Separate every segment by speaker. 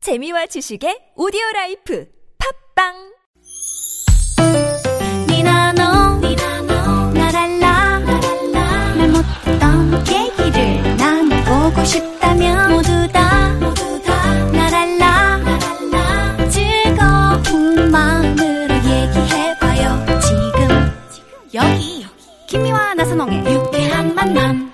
Speaker 1: 재미와 지식의 오디오 라이프 팝빵
Speaker 2: 니나노 나랄라 말 못했던 얘기를 나눠보고 싶다면 모두 다 나랄라 즐거운 마음으로 얘기해봐요 지금 여기 김미와 나선홍의 유쾌한 만남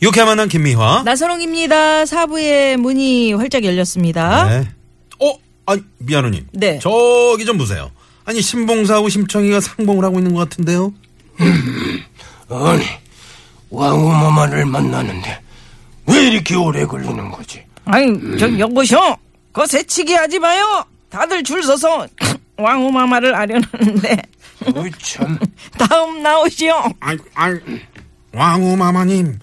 Speaker 3: 이렇게 만난 김미화.
Speaker 4: 나선홍입니다. 사부의 문이 활짝 열렸습니다.
Speaker 3: 네. 어, 아니 미아누님.
Speaker 4: 네.
Speaker 3: 저기 좀 보세요. 아니 신봉사하고 심청이가 상봉을 하고 있는 것 같은데요.
Speaker 5: 아니, 왕후마마를 만나는데 왜 이렇게 오래 걸리는 거지?
Speaker 4: 아니, 저, 여보쇼! 거 새치기 하지 마요! 다들 줄 서서 왕후마마를 아려는데
Speaker 5: 어이 참,
Speaker 4: 다음 나오시오!
Speaker 3: 아, 아, 왕후마마님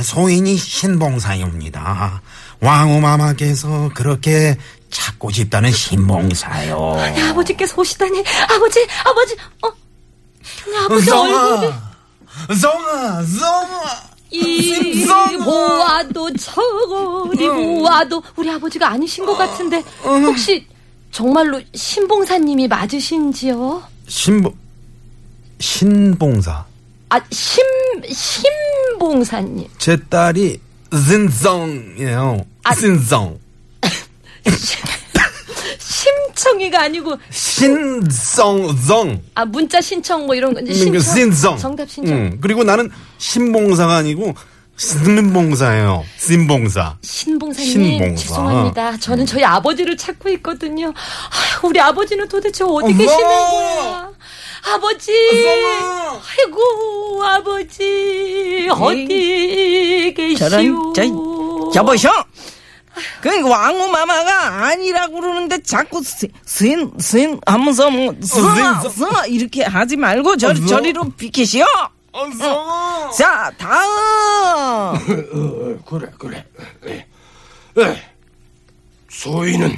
Speaker 3: 소인이 신봉사입니다. 왕후마마께서 그렇게 찾고 싶다는 신봉사요.
Speaker 6: 아버지께서 오시다니 아버지 아버지 어 아버지 얼굴이
Speaker 3: 성아, 성아, 성아.
Speaker 6: 이 보아도 저리 보아도 우리 아버지가 아니신 것 같은데 혹시 정말로 신봉사님이 맞으신지요?
Speaker 3: 신봉 신봉사.
Speaker 6: 아 심 신봉사님
Speaker 3: 제 딸이 신성이에요.
Speaker 6: 아.
Speaker 3: 신성.
Speaker 6: 심청이가 아니고
Speaker 3: 신성성.
Speaker 6: 아 문자 신청 뭐 이런 거
Speaker 3: 그러니까
Speaker 6: 신청
Speaker 3: 신성.
Speaker 6: 정답 신청
Speaker 3: 응. 그리고 나는 신봉사가 아니고 신봉사예요. 신봉사.
Speaker 6: 신봉사님
Speaker 3: 신봉사.
Speaker 6: 죄송합니다 저는 저희 아버지를 찾고 있거든요 아휴, 우리 아버지는 도대체 어디
Speaker 3: 엄마!
Speaker 6: 계시는 거야 아버지
Speaker 3: 엄마!
Speaker 6: 아이고 아버지 어디 계시오
Speaker 4: 네. 저런, 저, 여보쇼! 그 왕후마마가 아니라고 그러는데 자꾸 스- 스인, 스인 하면서 뭐, 스나,
Speaker 3: 스인,
Speaker 4: 스나 이렇게 하지 말고 저,
Speaker 3: 스나.
Speaker 4: 저리로 비키시오! 어.
Speaker 3: 성아.
Speaker 4: 자, 다음!
Speaker 5: 어, 그래, 그래. 에, 에, 소인은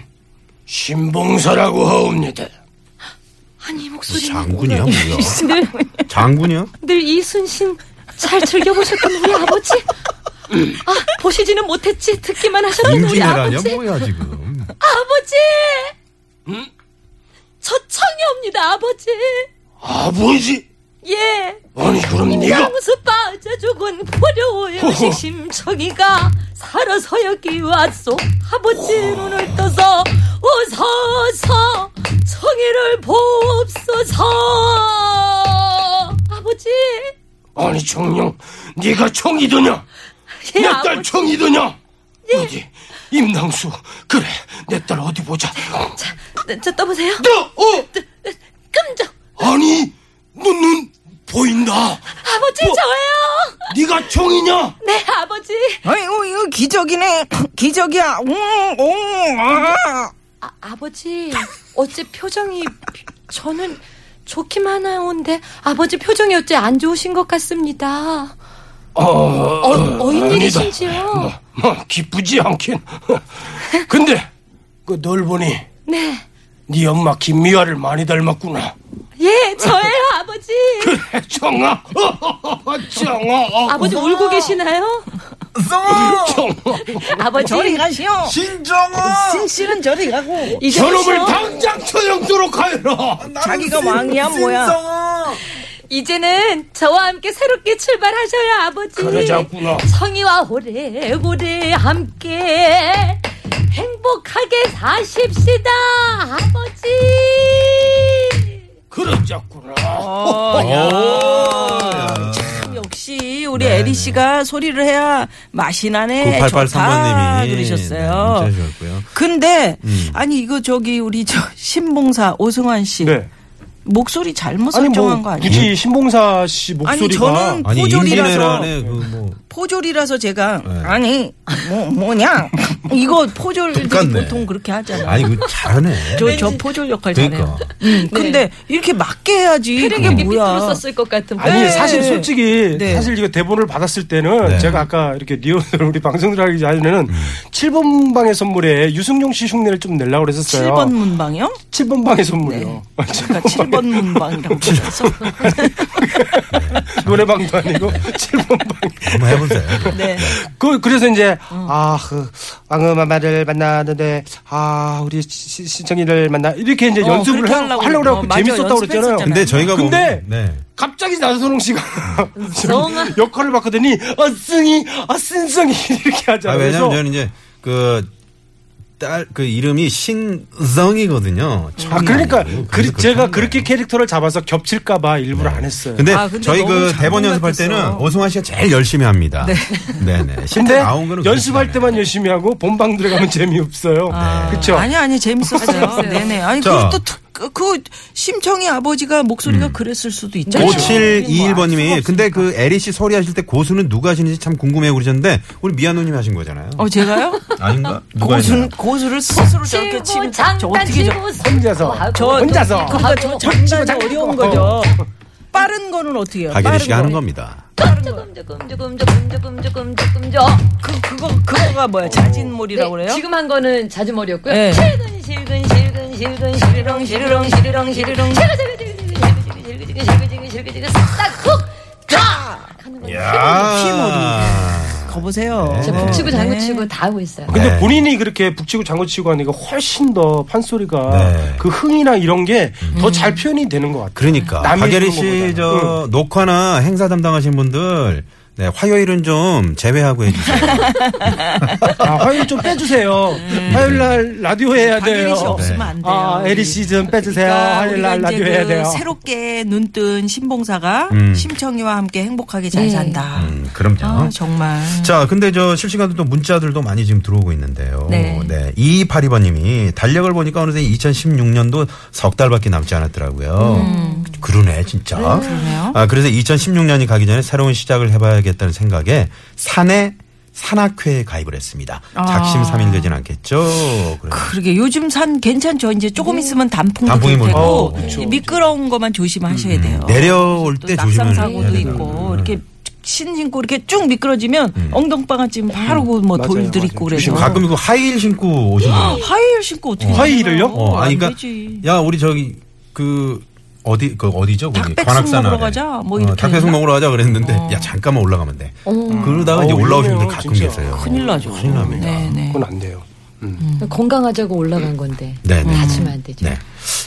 Speaker 5: 신봉사라고 하옵니다.
Speaker 6: 아니 목소리는
Speaker 3: 장군이야 뭐야? 장군이야?
Speaker 6: 늘 이순신 잘 즐겨보셨던 우리 아버지 아 보시지는 못했지 듣기만 하셨던 우리
Speaker 3: 임진왜란이야
Speaker 6: 아버지
Speaker 3: 뭐야 지금?
Speaker 6: 아버지 저 청이옵니다 아버지
Speaker 5: 아버지?
Speaker 6: 예
Speaker 5: 아니, 그럼 네가
Speaker 6: 장수 빠져 죽은 고려의
Speaker 5: 호호.
Speaker 6: 심청이가 살아서 여기 왔소 아버지 눈을 떠서 웃어서 청이를 보옵소서 아버지
Speaker 5: 아니 청룡, 네가 청이더냐?
Speaker 6: 예,
Speaker 5: 내 딸
Speaker 6: 아버지. 네.
Speaker 5: 청이더냐? 어디? 임당수. 그래, 내 딸 어디 보자.
Speaker 6: 자, 네, 저 떠보세요 네,
Speaker 5: 너, 어?
Speaker 6: 끔정
Speaker 5: 아니, 눈, 눈 보인다.
Speaker 6: 아버지
Speaker 5: 뭐?
Speaker 6: 저예요
Speaker 5: 네가 청이냐?
Speaker 6: 네 아버지
Speaker 4: 아이고, 이거 기적이네. 기적이야. 옹, 옹, 아.
Speaker 6: 아, 아버지 어째 표정이 저는 좋기만 하온데 아버지 표정이 어째 안 좋으신 것 같습니다
Speaker 5: 어,
Speaker 6: 어, 어인
Speaker 5: 아니다.
Speaker 6: 일이신지요?
Speaker 5: 뭐, 뭐, 기쁘지 않긴. 근데 그 널 보니
Speaker 6: 네
Speaker 5: 네 엄마 김미화를 많이 닮았구나.
Speaker 6: 예, 저예요, 아버지.
Speaker 5: 그래, 정아. 정아. 어.
Speaker 6: 아버지
Speaker 4: 어.
Speaker 6: 울고 계시나요?
Speaker 5: 정아.
Speaker 6: 아버지.
Speaker 4: 저리 가시오.
Speaker 3: 신정아.
Speaker 4: 신씨는 저리 가고.
Speaker 6: 이제
Speaker 5: 저놈을
Speaker 6: 오셔.
Speaker 5: 당장 처형도록 하여라.
Speaker 4: 자기가 왕이야, 뭐야.
Speaker 3: 신성아.
Speaker 6: 이제는 저와 함께 새롭게 출발하셔요, 아버지.
Speaker 5: 그러자꾸나.
Speaker 6: 성의와 오래오래 함께 행복하게 사십시다, 아버지.
Speaker 5: 그러자꾸나.
Speaker 4: 어, 역시 우리
Speaker 3: 네,
Speaker 4: 에리 씨가 소리를 해야 맛이 나네.
Speaker 3: 9883
Speaker 4: 좋다
Speaker 3: 번님이.
Speaker 4: 그러셨어요.
Speaker 3: 네, 음. 문자 주셨고요.
Speaker 4: 근데 아니 이거 저기 우리 저 신봉사 오승환 씨
Speaker 3: 네.
Speaker 4: 목소리 잘못
Speaker 3: 뭐
Speaker 4: 설정한 거 아니에요?
Speaker 7: 네. 뭐 굳이 신봉사 씨
Speaker 4: 아니 저는
Speaker 3: 아니
Speaker 4: 포졸이라서
Speaker 3: 임진왜란에 그뭐
Speaker 4: 포졸이라서 제가
Speaker 3: 네.
Speaker 4: 아니 뭐 뭐냐 이거 포졸들이
Speaker 3: 똑같네.
Speaker 4: 보통 그렇게 하잖아요.
Speaker 3: 아니 그 잘하네.
Speaker 4: 저, 저 포졸 역할
Speaker 3: 그러니까.
Speaker 4: 잘해요. 음, 근데 이렇게 맞게 해야지.
Speaker 6: 그러게
Speaker 4: 그게
Speaker 6: 그러니까 밑으로
Speaker 4: 뭐야.
Speaker 6: 썼을 것 같은.
Speaker 7: 아니
Speaker 4: 네.
Speaker 7: 사실 솔직히
Speaker 4: 네.
Speaker 7: 사실 이거 대본을 받았을 때는
Speaker 3: 네.
Speaker 7: 제가 아까 이렇게 리온을 우리 방송을 하기 전에는
Speaker 5: 음.
Speaker 7: 7번 방의 선물에 유승용 씨 흉내를 좀 내려고 그랬었어요.
Speaker 4: 7번 문방이요? 네.
Speaker 7: 7번 방의 선물이요.
Speaker 4: 아까 7번 7번 문방이라고 불러서
Speaker 5: 노래방도 아니고 7번 방.
Speaker 3: 한번 해보세요.
Speaker 4: 네.
Speaker 5: 그, 그래서 이제,
Speaker 4: 음.
Speaker 5: 아, 그, 왕음마마를 만나는데, 아, 우리 시- 신청이를 만나. 이렇게 이제
Speaker 4: 어,
Speaker 5: 연습을
Speaker 4: 그렇게
Speaker 5: 하-
Speaker 4: 하려고
Speaker 5: 하려고,
Speaker 4: 그래요.
Speaker 5: 해갖고
Speaker 4: 맞아,
Speaker 5: 재밌었다고 그랬잖아요.
Speaker 4: 연습했었잖아요.
Speaker 3: 근데 저희가
Speaker 5: 근데-
Speaker 3: 보면 네.
Speaker 5: 갑자기 나선홍 씨가 역할을 바꾸더니, 어승이, 어승성이 이렇게
Speaker 3: 아,
Speaker 5: 하잖아요.
Speaker 3: 왜냐면
Speaker 5: 그래서
Speaker 3: 저는 이제 그 딸, 그 이름이 신성이거든요.
Speaker 5: 아,
Speaker 3: 처음이
Speaker 5: 그러니까,
Speaker 3: 아니고.
Speaker 5: 그,
Speaker 3: 그래서
Speaker 5: 제가
Speaker 3: 그렇게
Speaker 5: 그렇게 캐릭터를 잡아서 겹칠까봐 일부러 안 했어요.
Speaker 3: 근데,
Speaker 4: 아, 근데
Speaker 3: 저희
Speaker 4: 너무
Speaker 3: 그
Speaker 4: 장난
Speaker 3: 대본 연습할
Speaker 4: 같았어.
Speaker 3: 때는 오승환 씨가 제일 열심히 합니다. 네. 네네. 실제
Speaker 5: 근데
Speaker 3: 나온 거는 네.
Speaker 5: 연습할
Speaker 3: 그렇잖아요.
Speaker 5: 때만 열심히 하고 본방 들어가면 재미없어요. 그쵸?
Speaker 4: 아니 아니 재밌었어요. 네네. 아니
Speaker 3: 자.
Speaker 4: 그것도 특- 그, 그 심청이 아버지가 목소리가
Speaker 3: 음.
Speaker 4: 그랬을 수도 있잖아요. 뭐
Speaker 3: 5721번님이
Speaker 4: 알 그렇죠. 수가
Speaker 3: 근데 그 에리 씨 소리 하실 때 고수는 누가 하시는지 참 궁금해 그러셨는데 우리 미아노님 하신 거잖아요.
Speaker 4: 없- 어 제가요?
Speaker 3: 아닌가? 누가
Speaker 4: 고수
Speaker 3: 했나요?
Speaker 4: 고수를 스스로 저렇게 치면 저 어떻게 저
Speaker 5: 혼자서. 혼자서.
Speaker 4: 그러니까 저 정치보다 어려운 거죠. 빠른 거는 어떻게 해요?
Speaker 3: 박예리
Speaker 4: 빠른
Speaker 3: 씨가
Speaker 4: 거.
Speaker 3: 하는 겁니다.
Speaker 6: 조금 조금 조금 조금 조금 조금 조금 저.
Speaker 4: 그 그거 그거가 뭐야? 자진몰이라고
Speaker 6: 네,
Speaker 4: 그래요?
Speaker 6: 지금 한 거는 자진머리였고요.
Speaker 4: 네.
Speaker 6: 실근 실근 실근 실근 실렁 실렁 실렁 실렁 실근 실근 실근 실근 실근 실근 실근 실근 실근 싹훅
Speaker 3: 야.
Speaker 4: 거 보세요. 네.
Speaker 6: 제 북치고 네, 장구치고 다 하고 있어요.
Speaker 5: 근데
Speaker 3: 네.
Speaker 5: 본인이 그렇게 북치고 장구치고 하니까 훨씬 더 판소리가
Speaker 3: 네.
Speaker 5: 그 흥이나 이런 게 더
Speaker 4: 음.
Speaker 5: 잘 표현이 되는 것 같아요.
Speaker 3: 그러니까
Speaker 5: 남이
Speaker 3: 박예리
Speaker 5: 해주는
Speaker 3: 씨
Speaker 5: 것보다는.
Speaker 3: 저 녹화나 행사 담당하신 분들 네, 화요일은 좀 제외하고 해주세요.
Speaker 5: 아, 화요일 좀 빼주세요. 화요일 날 라디오 해야 돼요.
Speaker 4: 박예리 씨 음. 없으면 안 돼요.
Speaker 5: 아, 에리 씨 좀 빼주세요.
Speaker 4: 그러니까
Speaker 5: 화요일
Speaker 4: 우리가
Speaker 5: 날
Speaker 4: 이제
Speaker 5: 라디오
Speaker 4: 그
Speaker 5: 해야 돼요.
Speaker 4: 새롭게 눈뜬 신봉사가
Speaker 3: 음.
Speaker 4: 심청이와 함께 행복하게 잘
Speaker 6: 네.
Speaker 4: 산다.
Speaker 3: 음, 그럼요.
Speaker 4: 아, 정말.
Speaker 3: 자, 근데 저 실시간으로 또 문자들도 많이 지금 들어오고 있는데요.
Speaker 6: 네.
Speaker 3: 2282번님이 달력을 보니까 어느새 2016년도 석 달밖에 남지 않았더라고요. 그러네, 진짜.
Speaker 4: 음. 그러네요.
Speaker 3: 아, 그래서 2016년이 가기 전에 새로운 시작을 해봐야겠다는 생각에 산에 산악회에 가입을 했습니다.
Speaker 4: 아.
Speaker 3: 작심 삼일 되진 않겠죠. 그래요.
Speaker 4: 그러게 요즘 산 괜찮죠. 이제 조금 있으면 단풍도
Speaker 3: 단풍이
Speaker 4: 들
Speaker 3: 몰고.
Speaker 4: 테고
Speaker 3: 어, 그쵸. 음,
Speaker 4: 이 미끄러운 것만 조심하셔야 돼요.
Speaker 3: 내려올 때
Speaker 4: 낙상
Speaker 3: 네, 조심을 해야
Speaker 4: 사고도
Speaker 3: 되나.
Speaker 4: 있고 이렇게 신 신고 이렇게 쭉 미끄러지면 엉덩방아 찜 바로 그뭐
Speaker 5: 맞아요,
Speaker 4: 돌들
Speaker 5: 맞아요.
Speaker 4: 있고 그래서
Speaker 3: 지금 가끔 이거 하이힐 신고 오신 분.
Speaker 4: 아, 하이힐 신고 어떻게
Speaker 5: 화이를요?
Speaker 3: 어,
Speaker 4: 안
Speaker 3: 아니, 그니까,
Speaker 4: 되지.
Speaker 3: 야, 우리 저기, 그, 어디, 그, 어디죠? 거기,
Speaker 4: 닭백숙
Speaker 3: 관악산
Speaker 4: 먹으러
Speaker 3: 아래.
Speaker 4: 가자, 뭐
Speaker 3: 어,
Speaker 4: 이렇게 어.
Speaker 3: 닭백숙
Speaker 4: 했나?
Speaker 3: 먹으러 가자 그랬는데, 야, 잠깐만 올라가면 돼. 그러다가 이제
Speaker 5: 어,
Speaker 3: 올라오신
Speaker 5: 위험해요,
Speaker 3: 분들 가끔
Speaker 5: 진짜.
Speaker 3: 계세요.
Speaker 4: 큰일 나죠.
Speaker 3: 큰일 납니다.
Speaker 4: 네, 네.
Speaker 5: 그건 안 돼요.
Speaker 6: 건강하자고 올라간 건데
Speaker 3: 네, 네.
Speaker 6: 다치면 안 되죠.
Speaker 3: 네.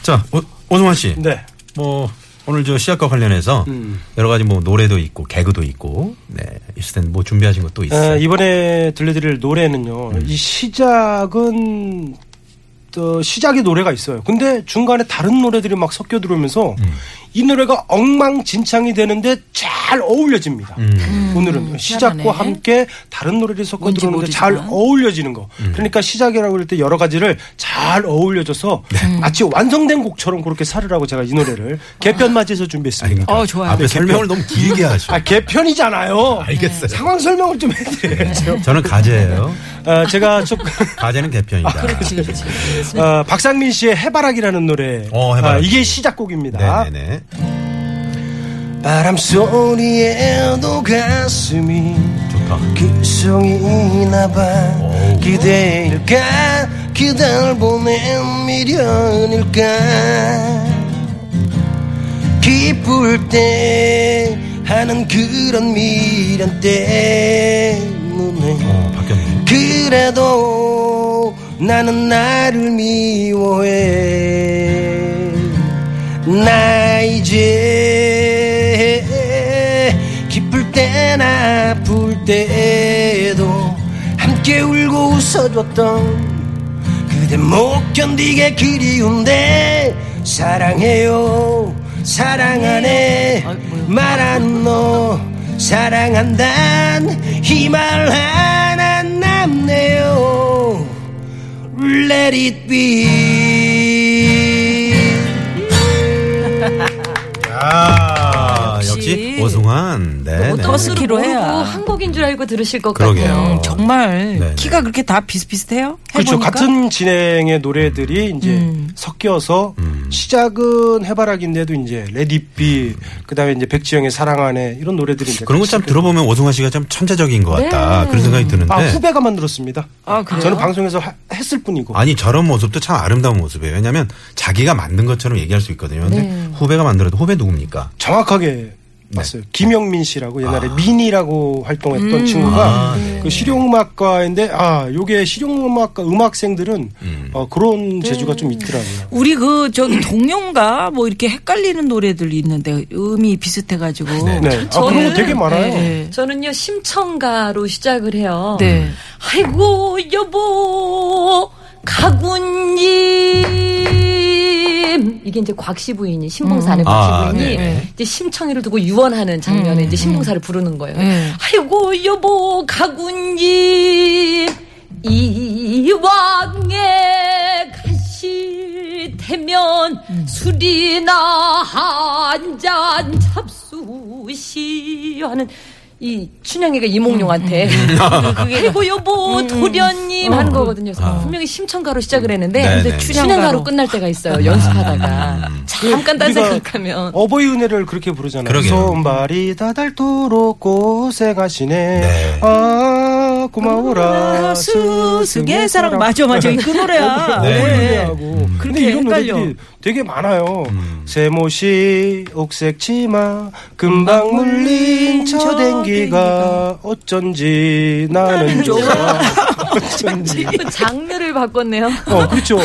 Speaker 3: 자, 오, 오승환 씨.
Speaker 5: 네. 음.
Speaker 3: 뭐, 오늘 저 시작과 관련해서 여러 가지 뭐 노래도 있고, 개그도 있고, 네. 있을 텐데 뭐 준비하신 것도 있어요. 네.
Speaker 5: 아, 이번에 들려드릴 노래는요. 이 시작은 또 시작의 노래가 있어요. 근데 중간에 다른 노래들이 막 섞여 들어오면서
Speaker 3: 음.
Speaker 5: 이 노래가 엉망진창이 되는데 잘 어울려집니다.
Speaker 3: 음.
Speaker 5: 오늘은 시작과
Speaker 4: 음, 희한하네.
Speaker 5: 함께 다른 노래들이 섞어
Speaker 4: 뭔지
Speaker 5: 들어오는데 잘
Speaker 4: 모르지만.
Speaker 5: 어울려지는 거.
Speaker 3: 음.
Speaker 5: 그러니까 시작이라고 할 때 여러 가지를 잘 어울려져서
Speaker 3: 네.
Speaker 4: 음.
Speaker 5: 마치 완성된 곡처럼 그렇게 살으라고 제가 이 노래를
Speaker 4: 아.
Speaker 5: 개편 맞이해서
Speaker 3: 아니,
Speaker 5: 준비했습니다.
Speaker 3: 그러니까
Speaker 4: 어, 좋아요.
Speaker 3: 앞에 설명을 너무 길게 하셔.
Speaker 5: 아, 개편이잖아요.
Speaker 3: 알겠어요.
Speaker 5: 상황 설명을 좀 해드려야죠.
Speaker 3: 저는 가제예요.
Speaker 5: 아, 제가 조금
Speaker 3: 가제는 개편이다.
Speaker 4: 아, 그렇지, 그렇지.
Speaker 5: 어, 박상민 씨의 해바라기라는 노래.
Speaker 3: 어, 해바라기.
Speaker 5: 아, 이게 시작곡입니다.
Speaker 3: 네네네.
Speaker 5: 바람 소리에도 가슴이
Speaker 4: 아.
Speaker 3: 좋다.
Speaker 5: 기성이나봐
Speaker 3: 오우.
Speaker 5: 기대일까 기댈 보낸 미련일까 기쁠 때 하는 그런 미련 때문에
Speaker 3: 어, 바뀌었네.
Speaker 5: 그래도 나는 나를 미워해 나 이제 기쁠 때나 아플 때에도 함께 울고 웃어줬던 그대 못 견디게 그리운데 사랑해요 사랑하네 말한 너 사랑한단 이 말 하나 남네요 Let it be
Speaker 3: 야, 역시,
Speaker 4: 아, 역시.
Speaker 3: 오승환. 네, 네.
Speaker 6: 어떤
Speaker 4: 버스키로
Speaker 6: 모르고
Speaker 4: 해야.
Speaker 6: 한 곡인 줄 알고 들으실 것
Speaker 3: 그러게요.
Speaker 6: 같아요.
Speaker 4: 음,
Speaker 3: 네,
Speaker 4: 정말
Speaker 3: 네.
Speaker 4: 키가 그렇게 다 비슷비슷해요? 해보니까?
Speaker 5: 그렇죠
Speaker 3: 음.
Speaker 5: 같은 진행의 노래들이 이제 섞여서 시작은 해바라기인데도 이제 레디비 그다음에 이제 백지영의 사랑하네 이런 노래들이 이제
Speaker 3: 그런 거 참
Speaker 5: 같이
Speaker 3: 들어보면 오승환 씨가 참 천재적인 것
Speaker 4: 네.
Speaker 3: 같다. 그런 생각이 드는데.
Speaker 5: 아 후배가 만들었습니다. 저는 방송에서 하- 했을 뿐이고.
Speaker 3: 아니 저런 모습도 참 아름다운 모습이에요. 왜냐하면 자기가 만든 것처럼 얘기할 수 있거든요. 근데
Speaker 4: 네.
Speaker 3: 후배가 만들어도 후배 누굽니까? 네.
Speaker 5: 정확하게 봤어요. 김영민 씨라고 옛날에 미니라고 활동했던 친구가
Speaker 3: 아,
Speaker 5: 그 실용음악과인데 아 요게 실용음악과 음악생들은 어, 그런 재주가 좀 있더라고요.
Speaker 4: 우리 그 저기 동요인가 뭐 이렇게 헷갈리는 노래들이 있는데 음이 비슷해 가지고
Speaker 3: 네.
Speaker 5: 네, 아 그런 거 되게 많아요.
Speaker 6: 저는요 심청가로 시작을 해요.
Speaker 4: 네.
Speaker 6: 아이고 여보 가군님 이게 이제 곽씨
Speaker 4: 음.
Speaker 6: 부인이 신봉사하는
Speaker 3: 아,
Speaker 6: 곽씨 부인이
Speaker 3: 네네.
Speaker 6: 이제 심청이를 두고 유언하는 장면에 이제 신봉사를 부르는 거예요. 아이고 여보 가군님 이왕에 가실 테면 술이나 한 잔 잡수시오 하는 이 춘향이가 이몽룡한테 아이고 여보 도련님 하는 거거든요. 그래서 분명히 심청가로 시작을 했는데
Speaker 3: 네네.
Speaker 6: 근데 아. 춘향가로. 춘향가로 음. 끝날 때가 있어요. 연습하다가 잠깐 딴
Speaker 5: 우리가
Speaker 6: 생각하면
Speaker 5: 그러니까 어버이 은혜를 그렇게 부르잖아요.
Speaker 3: 그러게요.
Speaker 5: 손발이 다 닳도록 고생하시네.
Speaker 3: 네.
Speaker 5: 아 고마워라
Speaker 4: 스승의 사랑 맞아 맞아 이 그 노래야.
Speaker 3: 네.
Speaker 5: 노래하고 근데
Speaker 4: 그렇게
Speaker 5: 이런
Speaker 4: 헷갈려.
Speaker 5: 노래들이 되게 많아요. 세모시 옥색 치마 금방 물린 저 댕기가 어쩐지 나는 좋아. 어쩐지.
Speaker 6: 또그 장르를 바꿨네요.
Speaker 5: 어 그렇죠.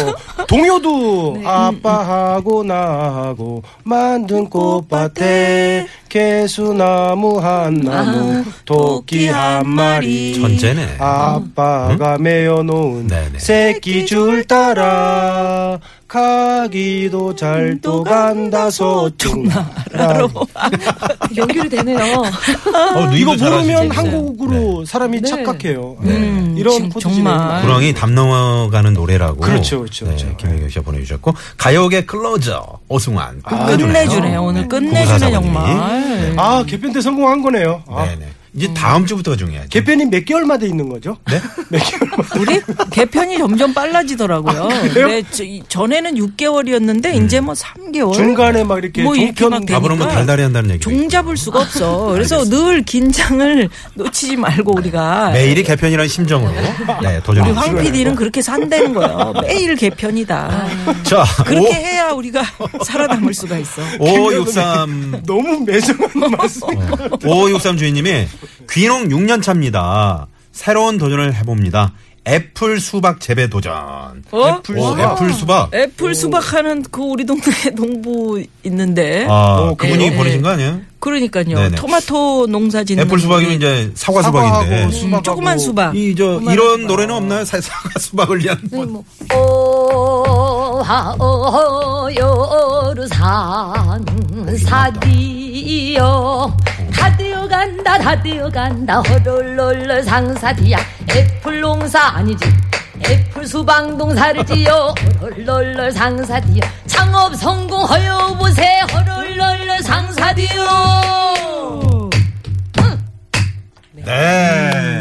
Speaker 5: 동요도 아빠하고 나하고 만든 꽃밭에 개수나무 한 나무 토끼 한 마리
Speaker 3: 천재네.
Speaker 5: 아, 아빠가 메어놓은
Speaker 3: 네네.
Speaker 5: 새끼 줄 따라 가기도 잘 또 간다 서쪽나라
Speaker 6: 연결이 되네요.
Speaker 4: 아,
Speaker 3: 어,
Speaker 5: 이거
Speaker 3: 잘하시네.
Speaker 5: 모르면 한국으로 사람이
Speaker 6: 네.
Speaker 5: 착각해요.
Speaker 3: 네.
Speaker 5: 음, 이런
Speaker 4: 지금 정말.
Speaker 5: 포지션
Speaker 3: 구렁이 담 넘어가는 노래라고. 네,
Speaker 5: 그렇죠, 그렇죠, 그렇죠.
Speaker 3: 김혜경 씨가 보내주셨고 가요계 클로저 오승환
Speaker 4: 아, 끝내주네 오늘 끝내주네
Speaker 3: 구구사사모님이.
Speaker 4: 정말.
Speaker 5: 아 개편 때 성공한 거네요. 아,
Speaker 3: 네네. 이제 다음 주부터가 중요하죠.
Speaker 5: 개편이 몇 개월 만에 있는 거죠?
Speaker 3: 네?
Speaker 5: 몇 개월 만에.
Speaker 4: 우리 개편이 점점 빨라지더라고요.
Speaker 5: 아, 그래요?
Speaker 4: 네, 저- 이- 전에는 6개월이었는데
Speaker 3: 음.
Speaker 4: 이제 뭐 3개월.
Speaker 5: 중간에 막 이렇게
Speaker 4: 뭐 이렇게
Speaker 5: 종편
Speaker 4: 막 되니까.
Speaker 3: 밥을 한번 달달이 한다는 얘기.
Speaker 4: 종잡을 수가 없어. 그래서 늘 긴장을 놓치지 말고 우리가
Speaker 3: 매일이 개편이라는 심정으로 네,
Speaker 4: 우리
Speaker 3: 도전해
Speaker 4: 황
Speaker 3: 주시고요.
Speaker 4: PD는 그렇게 산다는 거예요. 매일 개편이다.
Speaker 5: 아.
Speaker 3: 자,
Speaker 4: 그렇게 해야 우리가 살아남을 수가 있어.
Speaker 3: 563
Speaker 5: 너무
Speaker 4: 어,
Speaker 5: 매정한 말씀.
Speaker 3: 5563 주인님이 귀농 6년 차입니다. 새로운 도전을 해봅니다. 애플 수박 재배 도전.
Speaker 4: 어?
Speaker 5: 애플
Speaker 3: 오,
Speaker 5: 수박.
Speaker 3: 애플 수박.
Speaker 4: 애플 수박하는 그 우리 동네 농부 있는데
Speaker 3: 아,
Speaker 5: 오,
Speaker 3: 그분이
Speaker 4: 네.
Speaker 3: 보내신 거 아니에요?
Speaker 4: 그러니까요.
Speaker 3: 네네.
Speaker 4: 토마토 농사 짓는
Speaker 3: 애플 수박이면
Speaker 4: 분들이
Speaker 3: 이제 사과
Speaker 5: 사과하고
Speaker 3: 수박인데.
Speaker 5: 수박하고
Speaker 4: 조그만 수박.
Speaker 3: 이 저 이런 노래는 없나요? 사- 사과 수박을 위한 뭐.
Speaker 6: 오하오요르산 사디요 다 되어간다 다 되어간다 허롤롤롤 상사디야 애플 농사 아니지 애플 수박 농사를 지요 허롤롤롤 상사디요 창업 성공하여 보세 허롤롤롤 상사디요
Speaker 3: 네.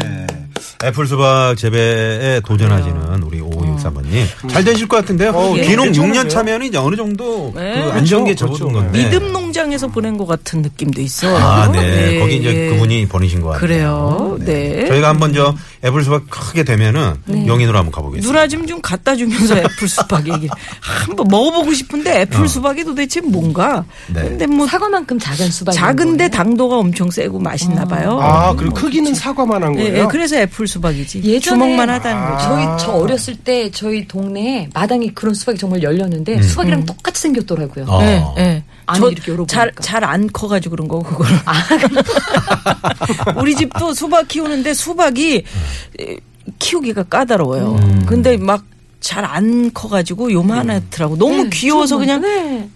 Speaker 3: 애플 수박 재배에 도전하시는 우리 5563번님. 잘 되실 것 같은데요.
Speaker 5: 어. 예.
Speaker 3: 귀농 6년
Speaker 5: 괜찮은데요?
Speaker 3: 차면 이제 어느 정도 그
Speaker 4: 네.
Speaker 3: 안정기에
Speaker 5: 그렇죠,
Speaker 3: 접어든
Speaker 5: 그렇죠.
Speaker 3: 건데.
Speaker 4: 믿음 농장에서 보낸 것 같은 느낌도 있어요.
Speaker 3: 네. 아, 네. 거기 이제
Speaker 4: 예.
Speaker 3: 그분이 보내신 거 같아요.
Speaker 4: 그래요. 네.
Speaker 3: 저희가 한번 저 애플 수박 크게 되면은
Speaker 5: 네.
Speaker 3: 용인으로 한번 가보겠습니다.
Speaker 4: 누나 좀 좀 갖다 주면서 애플 수박 얘기 한번 먹어보고 싶은데 애플 수박이 도대체 뭔가?
Speaker 3: 네.
Speaker 4: 근데 뭐
Speaker 6: 사과만큼 작은 수박
Speaker 4: 작은데 당도가 엄청 세고 맛있나 봐요.
Speaker 5: 아, 그럼 크기는 사과만 한
Speaker 4: 예,
Speaker 5: 거예요?
Speaker 4: 예, 그래서 애플 수박이지.
Speaker 6: 예전에-
Speaker 4: 주먹만 하다는 거죠.
Speaker 6: 저희 저 어렸을 때 저희 동네에 마당에 그런 수박이 정말 열렸는데
Speaker 3: 음,
Speaker 6: 수박이랑 똑같이 생겼더라고요.
Speaker 3: 어.
Speaker 5: 네,
Speaker 4: 예, 예.
Speaker 6: 안을 이렇게 열어보니까.
Speaker 4: 잘잘 안 커가지고 그런 거 그걸. 우리 집도 수박 키우는데 수박이 에, 키우기가 까다로워요. 근데 막 잘 안 커가지고 요만하더라고. 너무 귀여워서 그냥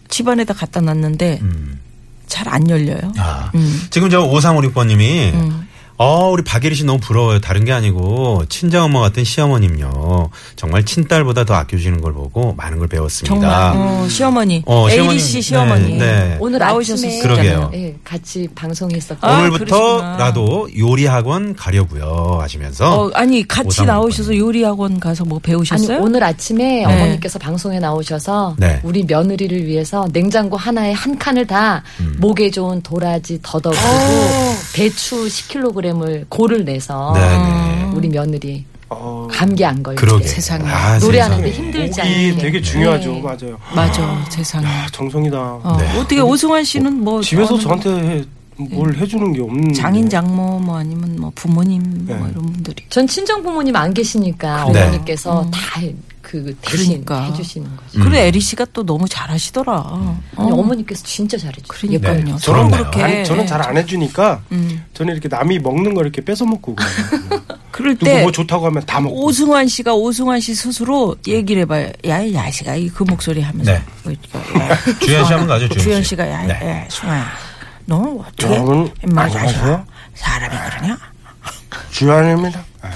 Speaker 4: 집안에다 갖다 놨는데
Speaker 3: 음.
Speaker 4: 잘 안 열려요.
Speaker 5: 음.
Speaker 3: 아, 지금 저 5356번님이 어, 우리 박예리 씨 너무 부러워요. 다른 게 아니고 친정 엄마 같은 시어머님요. 정말 친딸보다 더 아껴주시는 걸 보고 많은 걸 배웠습니다.
Speaker 4: 정말 어, 시어머니,
Speaker 3: 어, 시어머니.
Speaker 4: 에이리 씨 시어머니
Speaker 3: 네, 네.
Speaker 6: 오늘
Speaker 4: 나오셨었어요.
Speaker 6: 아침에
Speaker 3: 그러게요.
Speaker 6: 예, 같이 방송했었고
Speaker 4: 아,
Speaker 3: 오늘부터라도 요리 학원 가려고요. 하시면서
Speaker 4: 어, 아니 같이
Speaker 3: 오삼
Speaker 4: 나오셔서
Speaker 3: 번.
Speaker 4: 요리학원 가서 뭐
Speaker 6: 아니
Speaker 4: 배우셨어요?
Speaker 6: 오늘 아침에 어머니께서 방송에 나오셔서
Speaker 3: 네.
Speaker 6: 우리 며느리를 위해서 냉장고 하나에 한 칸을 다
Speaker 3: 음.
Speaker 6: 목에 좋은 도라지 더덕이고 배추 10kg을 고를 내서
Speaker 3: 네네.
Speaker 6: 우리 며느리
Speaker 5: 어,
Speaker 6: 감기 안 걸리게
Speaker 3: 그러게.
Speaker 4: 세상에.
Speaker 3: 아,
Speaker 6: 노래하는데
Speaker 3: 세상에.
Speaker 5: 목이
Speaker 6: 힘들지 않게
Speaker 5: 되게 중요하죠.
Speaker 6: 네.
Speaker 5: 맞아요.
Speaker 4: 맞아, 세상에.
Speaker 5: 아, 정성이다.
Speaker 4: 어,
Speaker 3: 네.
Speaker 4: 어떻게 오승환 씨는 뭐
Speaker 5: 집에서
Speaker 4: 어느-
Speaker 5: 저한테 뭘 해주는 게 없는.
Speaker 4: 장인 장모 뭐 아니면 뭐 부모님 뭐
Speaker 5: 음, 네.
Speaker 4: 이런 분들이
Speaker 6: 전 친정 부모님 안 계시니까
Speaker 3: 그래요.
Speaker 6: 어머니께서 다 그 대신
Speaker 4: 음. 그러니까.
Speaker 6: 해주시는 거죠.
Speaker 3: 음.
Speaker 4: 그리고 에리 씨가 또 너무 잘하시더라.
Speaker 6: 아니,
Speaker 4: 어.
Speaker 6: 어머니께서 진짜 잘해주세요.
Speaker 4: 그러니까.
Speaker 3: 네.
Speaker 4: 그럼요.
Speaker 5: 저는
Speaker 3: 부럽네요.
Speaker 4: 그렇게.
Speaker 5: 아니, 저는 잘 안 해주니까
Speaker 4: 음.
Speaker 5: 저는 이렇게 남이 먹는 거 이렇게 뺏어 먹고 그래요.
Speaker 4: 그럴
Speaker 5: 누구
Speaker 4: 때
Speaker 5: 뭐 좋다고 하면 다 먹고.
Speaker 4: 네. 오승환 씨가 오승환 씨 스스로 얘기를 해봐요. 야, 야시가 이 그 목소리 하면서.
Speaker 3: 네.
Speaker 4: 뭐 이렇게, 야,
Speaker 3: 주현 씨
Speaker 4: 승환아.
Speaker 3: 한번 가죠, 주현 씨.
Speaker 4: 주현 씨가 야,
Speaker 3: 네.
Speaker 4: 야, 승환아. 너는 어떻게
Speaker 5: 여러분,
Speaker 4: 인마 야시가
Speaker 5: 안녕하세요.
Speaker 4: 사람이 그러냐?
Speaker 5: 주한입니다. 네.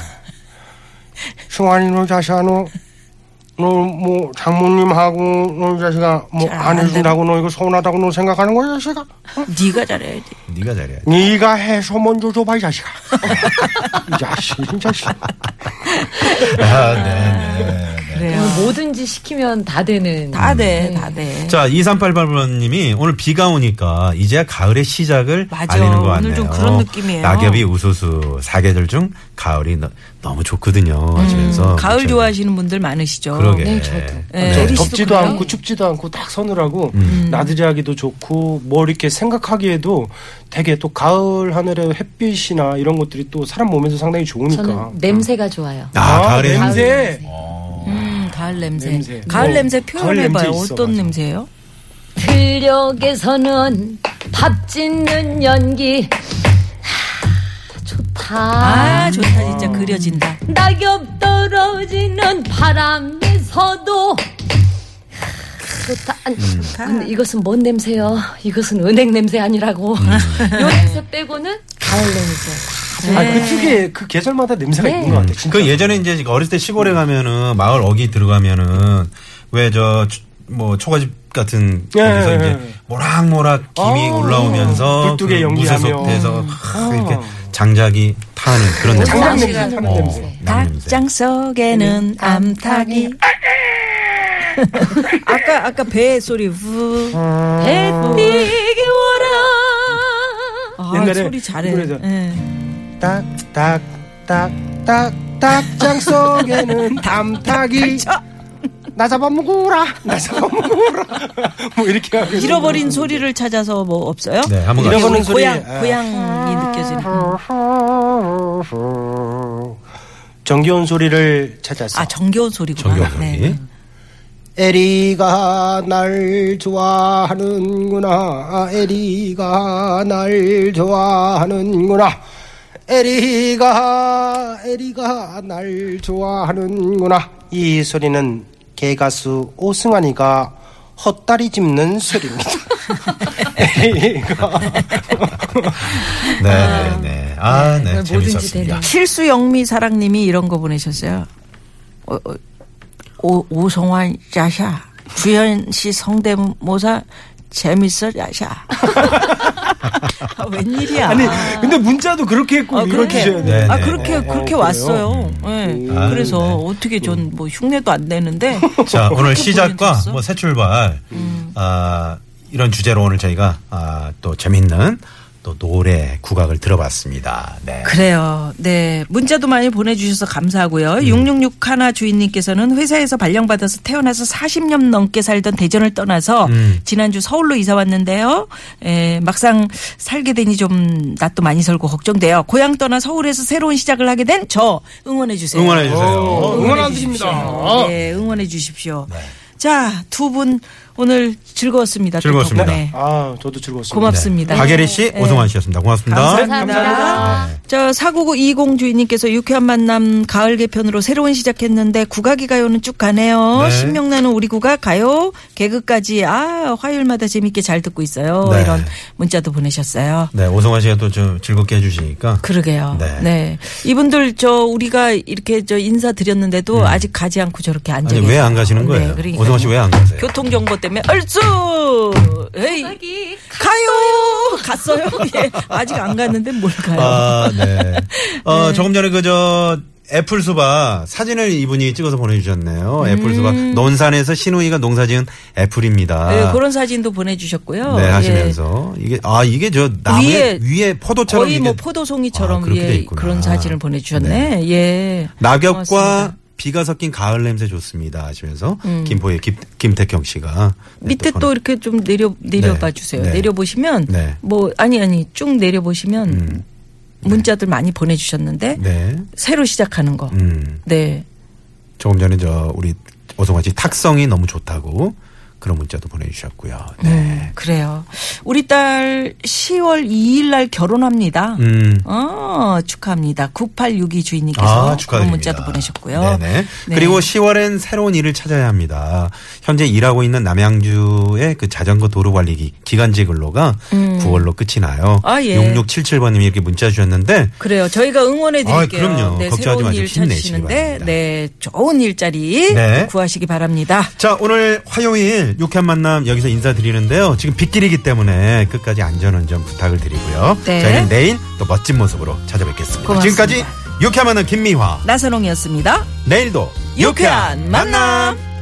Speaker 5: 승환이 너 자식아 너 뭐 장모님하고 너 자식아 뭐
Speaker 4: 잘
Speaker 5: 안
Speaker 4: 안
Speaker 5: 해준다고 너 이거 서운하다고 너 생각하는 거야 자식아?
Speaker 4: 네가 잘해야 돼.
Speaker 3: 네가 잘해야 돼.
Speaker 5: 네가 해서 먼저 줘봐 이 자식아. 이 자식 이 자식.
Speaker 3: 아, 네네. 네.
Speaker 4: 그래요.
Speaker 6: 뭐든지 시키면 다 되는.
Speaker 4: 다 돼, 다 돼.
Speaker 3: 자, 2388번님이 오늘 비가 오니까 이제 가을의 시작을
Speaker 4: 맞아.
Speaker 3: 알리는 것 같네요.
Speaker 4: 오늘 좀 그런 느낌이에요.
Speaker 3: 낙엽이 우수수 사계절 중 가을이 너, 무 좋거든요. 하시면서
Speaker 4: 음, 가을
Speaker 3: 문자를-
Speaker 4: 좋아하시는 분들 많으시죠.
Speaker 3: 어, 그렇죠. 그러게.
Speaker 6: 네, 저도.
Speaker 4: 네.
Speaker 5: 저
Speaker 4: 에리 씨도
Speaker 5: 아, 덥지도
Speaker 4: 그래요? 음.
Speaker 5: 않고 춥지도 않고 딱 서늘하고
Speaker 3: 음.
Speaker 5: 나들이하기도 좋고 뭐 이렇게 생각하기에도 되게 또 가을 하늘의 햇빛이나 이런 것들이 또 사람 몸에도 상당히
Speaker 4: 그러니까.
Speaker 5: 좋으니까.
Speaker 6: 저는 냄새가 좋아요.
Speaker 3: 아,
Speaker 5: 아,
Speaker 3: 가을에
Speaker 5: 냄새.
Speaker 4: 음, 가을 냄새.
Speaker 5: 냄새.
Speaker 4: 가을
Speaker 5: 어.
Speaker 4: 냄새
Speaker 5: 가을 냄새
Speaker 4: 표현해봐요.
Speaker 5: 있어,
Speaker 4: 어떤
Speaker 5: 맞아.
Speaker 4: 냄새예요?
Speaker 6: 들녘에서는 밥 짓는 연기. 하, 좋다.
Speaker 4: 아, 좋다. 진짜 그려진다.
Speaker 6: 낙엽 떨어지는 바람에서도. 하, 좋다. 아니, 근데 이것은 뭔 냄새요? 이것은 은행 냄새 아니라고. 요 냄새 빼고는 가을 냄새.
Speaker 4: 네.
Speaker 5: 아, 그 특유의 그 계절마다 냄새가 있는 것 같아. 진짜.
Speaker 3: 그 예전에 이제 어렸을 때 시골에 가면은 마을 어귀 들어가면은 왜 저 뭐 초가집 같은
Speaker 5: 예,
Speaker 3: 거기서
Speaker 5: 예,
Speaker 3: 이제
Speaker 5: 예.
Speaker 3: 모락모락 김이
Speaker 5: 아,
Speaker 3: 올라오면서 그
Speaker 5: 굴뚝에 연기하며.
Speaker 3: 무쇠속돼서 하,
Speaker 5: 아.
Speaker 3: 이렇게 장작이 타는
Speaker 4: 네.
Speaker 3: 그런 냄새.
Speaker 5: 장작
Speaker 4: 냄새.
Speaker 5: 냄새 타는
Speaker 3: 어,
Speaker 5: 냄새. 음. 아,
Speaker 3: 남 냄새.
Speaker 4: 닭장 속에는 암탉이.
Speaker 5: 예.
Speaker 4: 아까 아까 배 소리 후.
Speaker 5: 어.
Speaker 6: 네, 배띠기워라.
Speaker 4: 아,
Speaker 5: 옛날에
Speaker 4: 소리 잘해.
Speaker 5: 그 노래죠.
Speaker 4: 예.
Speaker 5: 딱딱딱딱 장 속에는 담탁이 나 잡아먹으라 나 잡아먹으라 뭐 이렇게 하면서
Speaker 4: 잃어버린 소리를 찾아서 뭐 없어요?
Speaker 3: 네, 한번
Speaker 5: 이런
Speaker 3: 가시죠.
Speaker 5: 거는 소리.
Speaker 4: 고향
Speaker 5: 아.
Speaker 4: 고향이 느껴지는.
Speaker 5: 정겨운 소리를 찾았어
Speaker 4: 아 정겨운 소리구나.
Speaker 3: 정겨운 소리.
Speaker 4: 네.
Speaker 5: 에리가 날 좋아하는구나 아, 에리가 날 좋아하는구나 에리가 에리가 날 좋아하는구나 이 소리는 개가수 오승환이가 헛다리 짚는 소리입니다 에리가
Speaker 3: 네, 네. 아, 네.
Speaker 6: 뭐든지
Speaker 3: 재밌었습니다.
Speaker 6: 되는.
Speaker 4: 실수 영미 사랑님이 이런 거 보내셨어요. 어, 어, 오, 오성환 야샤 주현 씨 성대모사 재밌어 야샤. 아, 웬일이야?
Speaker 5: 아니 음, 근데 문자도 그렇게 했고
Speaker 4: 아, 그렇게.
Speaker 5: 읽어주셔야 돼요
Speaker 3: 네,
Speaker 4: 아,
Speaker 3: 네,
Speaker 4: 그렇게,
Speaker 3: 네.
Speaker 4: 그렇게 왔어요. 예.
Speaker 3: 아,
Speaker 4: 그래서
Speaker 3: 네.
Speaker 4: 어떻게 전 뭐 흉내도 안 내는데.
Speaker 3: 자,
Speaker 4: 그렇게 음.
Speaker 3: 오늘 시작과
Speaker 4: 보내줬어?
Speaker 3: 뭐 새 출발, 아, 이런 주제로 오늘 저희가, 아, 또 재밌는 또 노래 국악을 들어봤습니다. 네.
Speaker 4: 그래요. 네. 문자도 많이 보내주셔서 감사하고요. 666 하나 주인님께서는 회사에서 발령받아서 태어나서 40년 넘게 살던 대전을 떠나서 지난주 서울로 이사 왔는데요. 에, 막상 살게 되니 좀 낯도 많이 설고 걱정돼요. 고향 떠나 서울에서 새로운 시작을 하게 된 저 응원해주세요.
Speaker 5: 어, 네.
Speaker 4: 어.
Speaker 3: 응원해주세요.
Speaker 5: 응원합니다
Speaker 4: 네, 응원해 주십시오. 자, 두 분 오늘 즐거웠습니다. 네.
Speaker 3: 즐거웠습니다.
Speaker 4: 덕분에.
Speaker 5: 아, 저도 즐거웠습니다.
Speaker 4: 고맙습니다.
Speaker 3: 네. 박예리 씨, 오성환 씨였습니다. 고맙습니다.
Speaker 4: 저 4990 주인님께서 유쾌한 만남 가을 개편으로 새로운 시작했는데 국악이 가요는 쭉 가네요.
Speaker 3: 네.
Speaker 4: 신명나는 우리 국악 가요 개그까지 아 화요일마다 재밌게 잘 듣고 있어요.
Speaker 3: 네.
Speaker 4: 이런 문자도 보내셨어요.
Speaker 3: 네, 오성환 씨가 또 저 즐겁게 해주시니까.
Speaker 4: 그러게요.
Speaker 3: 네.
Speaker 4: 네. 이분들 저 우리가 이렇게 저 인사 드렸는데도 아직 가지 않고 저렇게 앉아
Speaker 3: 음. 아니, 왜 안 가시는 거예요? 오성환 씨 왜 안 가세요?
Speaker 4: 네. 교통 정보 때문에 얼쑤 에이
Speaker 6: 여기
Speaker 4: 가요 아, 갔어요. 예. 아직 안 갔는데 뭘 가요?
Speaker 3: 아, 네. 어, 조금 전에 그 저 애플 수박 사진을 이분이 찍어서 보내주셨네요.
Speaker 4: 음.
Speaker 3: 애플 수박 논산에서 신우이가 농사지은 애플입니다.
Speaker 4: 네, 그런 사진도 보내주셨고요.
Speaker 3: 아. 네,
Speaker 4: 예.
Speaker 3: 하시면서 이게 아 이게 저 나무
Speaker 4: 위에
Speaker 3: 위에, 포도처럼
Speaker 4: 거의
Speaker 3: 이게
Speaker 4: 뭐 포도송이처럼
Speaker 3: 아, 그렇게 돼
Speaker 4: 예,
Speaker 3: 있구나.
Speaker 4: 그런 사진을 보내주셨네. 예.
Speaker 3: 낙엽과
Speaker 4: 고맙습니다. 음.
Speaker 3: 비가 섞인 가을 냄새 좋습니다 하시면서 김포의 김, 김태경 씨가 네,
Speaker 4: 밑에 또
Speaker 3: 보내-
Speaker 4: 이렇게 좀 내려 내려봐 주세요.
Speaker 3: 네.
Speaker 4: 내려 보시면
Speaker 3: 네. 음.
Speaker 4: 뭐 아니 아니 쭉 내려 보시면 문자들 많이 보내주셨는데
Speaker 3: 네.
Speaker 4: 새로 시작하는 거.
Speaker 3: 음.
Speaker 4: 네.
Speaker 3: 조금 전에 저 우리 오성환 씨 탁성이 너무 좋다고 그런 문자도 보내주셨고요. 네.
Speaker 4: 음, 그래요. 우리 딸 10월 2일 날 결혼합니다.
Speaker 3: 음.
Speaker 4: 어, 축하합니다. 9862 주인님께서 아, 그런
Speaker 3: 아, 축하드립니다.
Speaker 4: 문자도 보내셨고요.
Speaker 3: 네네.
Speaker 4: 네.
Speaker 3: 그리고 10월엔 새로운 일을 찾아야 합니다. 현재 일하고 있는 남양주의 그 자전거 도로 관리기 기간제 근로가 9월로 끝이 나요.
Speaker 4: 음. 아, 예.
Speaker 3: 6677번님이 이렇게 문자 주셨는데
Speaker 4: 그래요. 저희가 응원해 드릴게요. 네,
Speaker 3: 아, 그럼요. 걱정하지
Speaker 4: 새로운
Speaker 3: 마시고
Speaker 4: 일
Speaker 3: 힘내시기
Speaker 4: 찾으시는데
Speaker 3: 바랍니다.
Speaker 4: 네, 좋은 일자리
Speaker 3: 네.
Speaker 4: 구하시기 바랍니다.
Speaker 3: 자, 오늘 화요일 유쾌한 만남 여기서 인사드리는데요. 지금 빗길이기 때문에 끝까지 안전운전 부탁을 드리고요.
Speaker 4: 네.
Speaker 3: 저희는 내일 또 멋진 모습으로 찾아뵙겠습니다.
Speaker 4: 고맙습니다.
Speaker 3: 지금까지 유쾌한 만남 김미화.
Speaker 4: 나선홍이었습니다.
Speaker 3: 내일도
Speaker 4: 유쾌한 만남.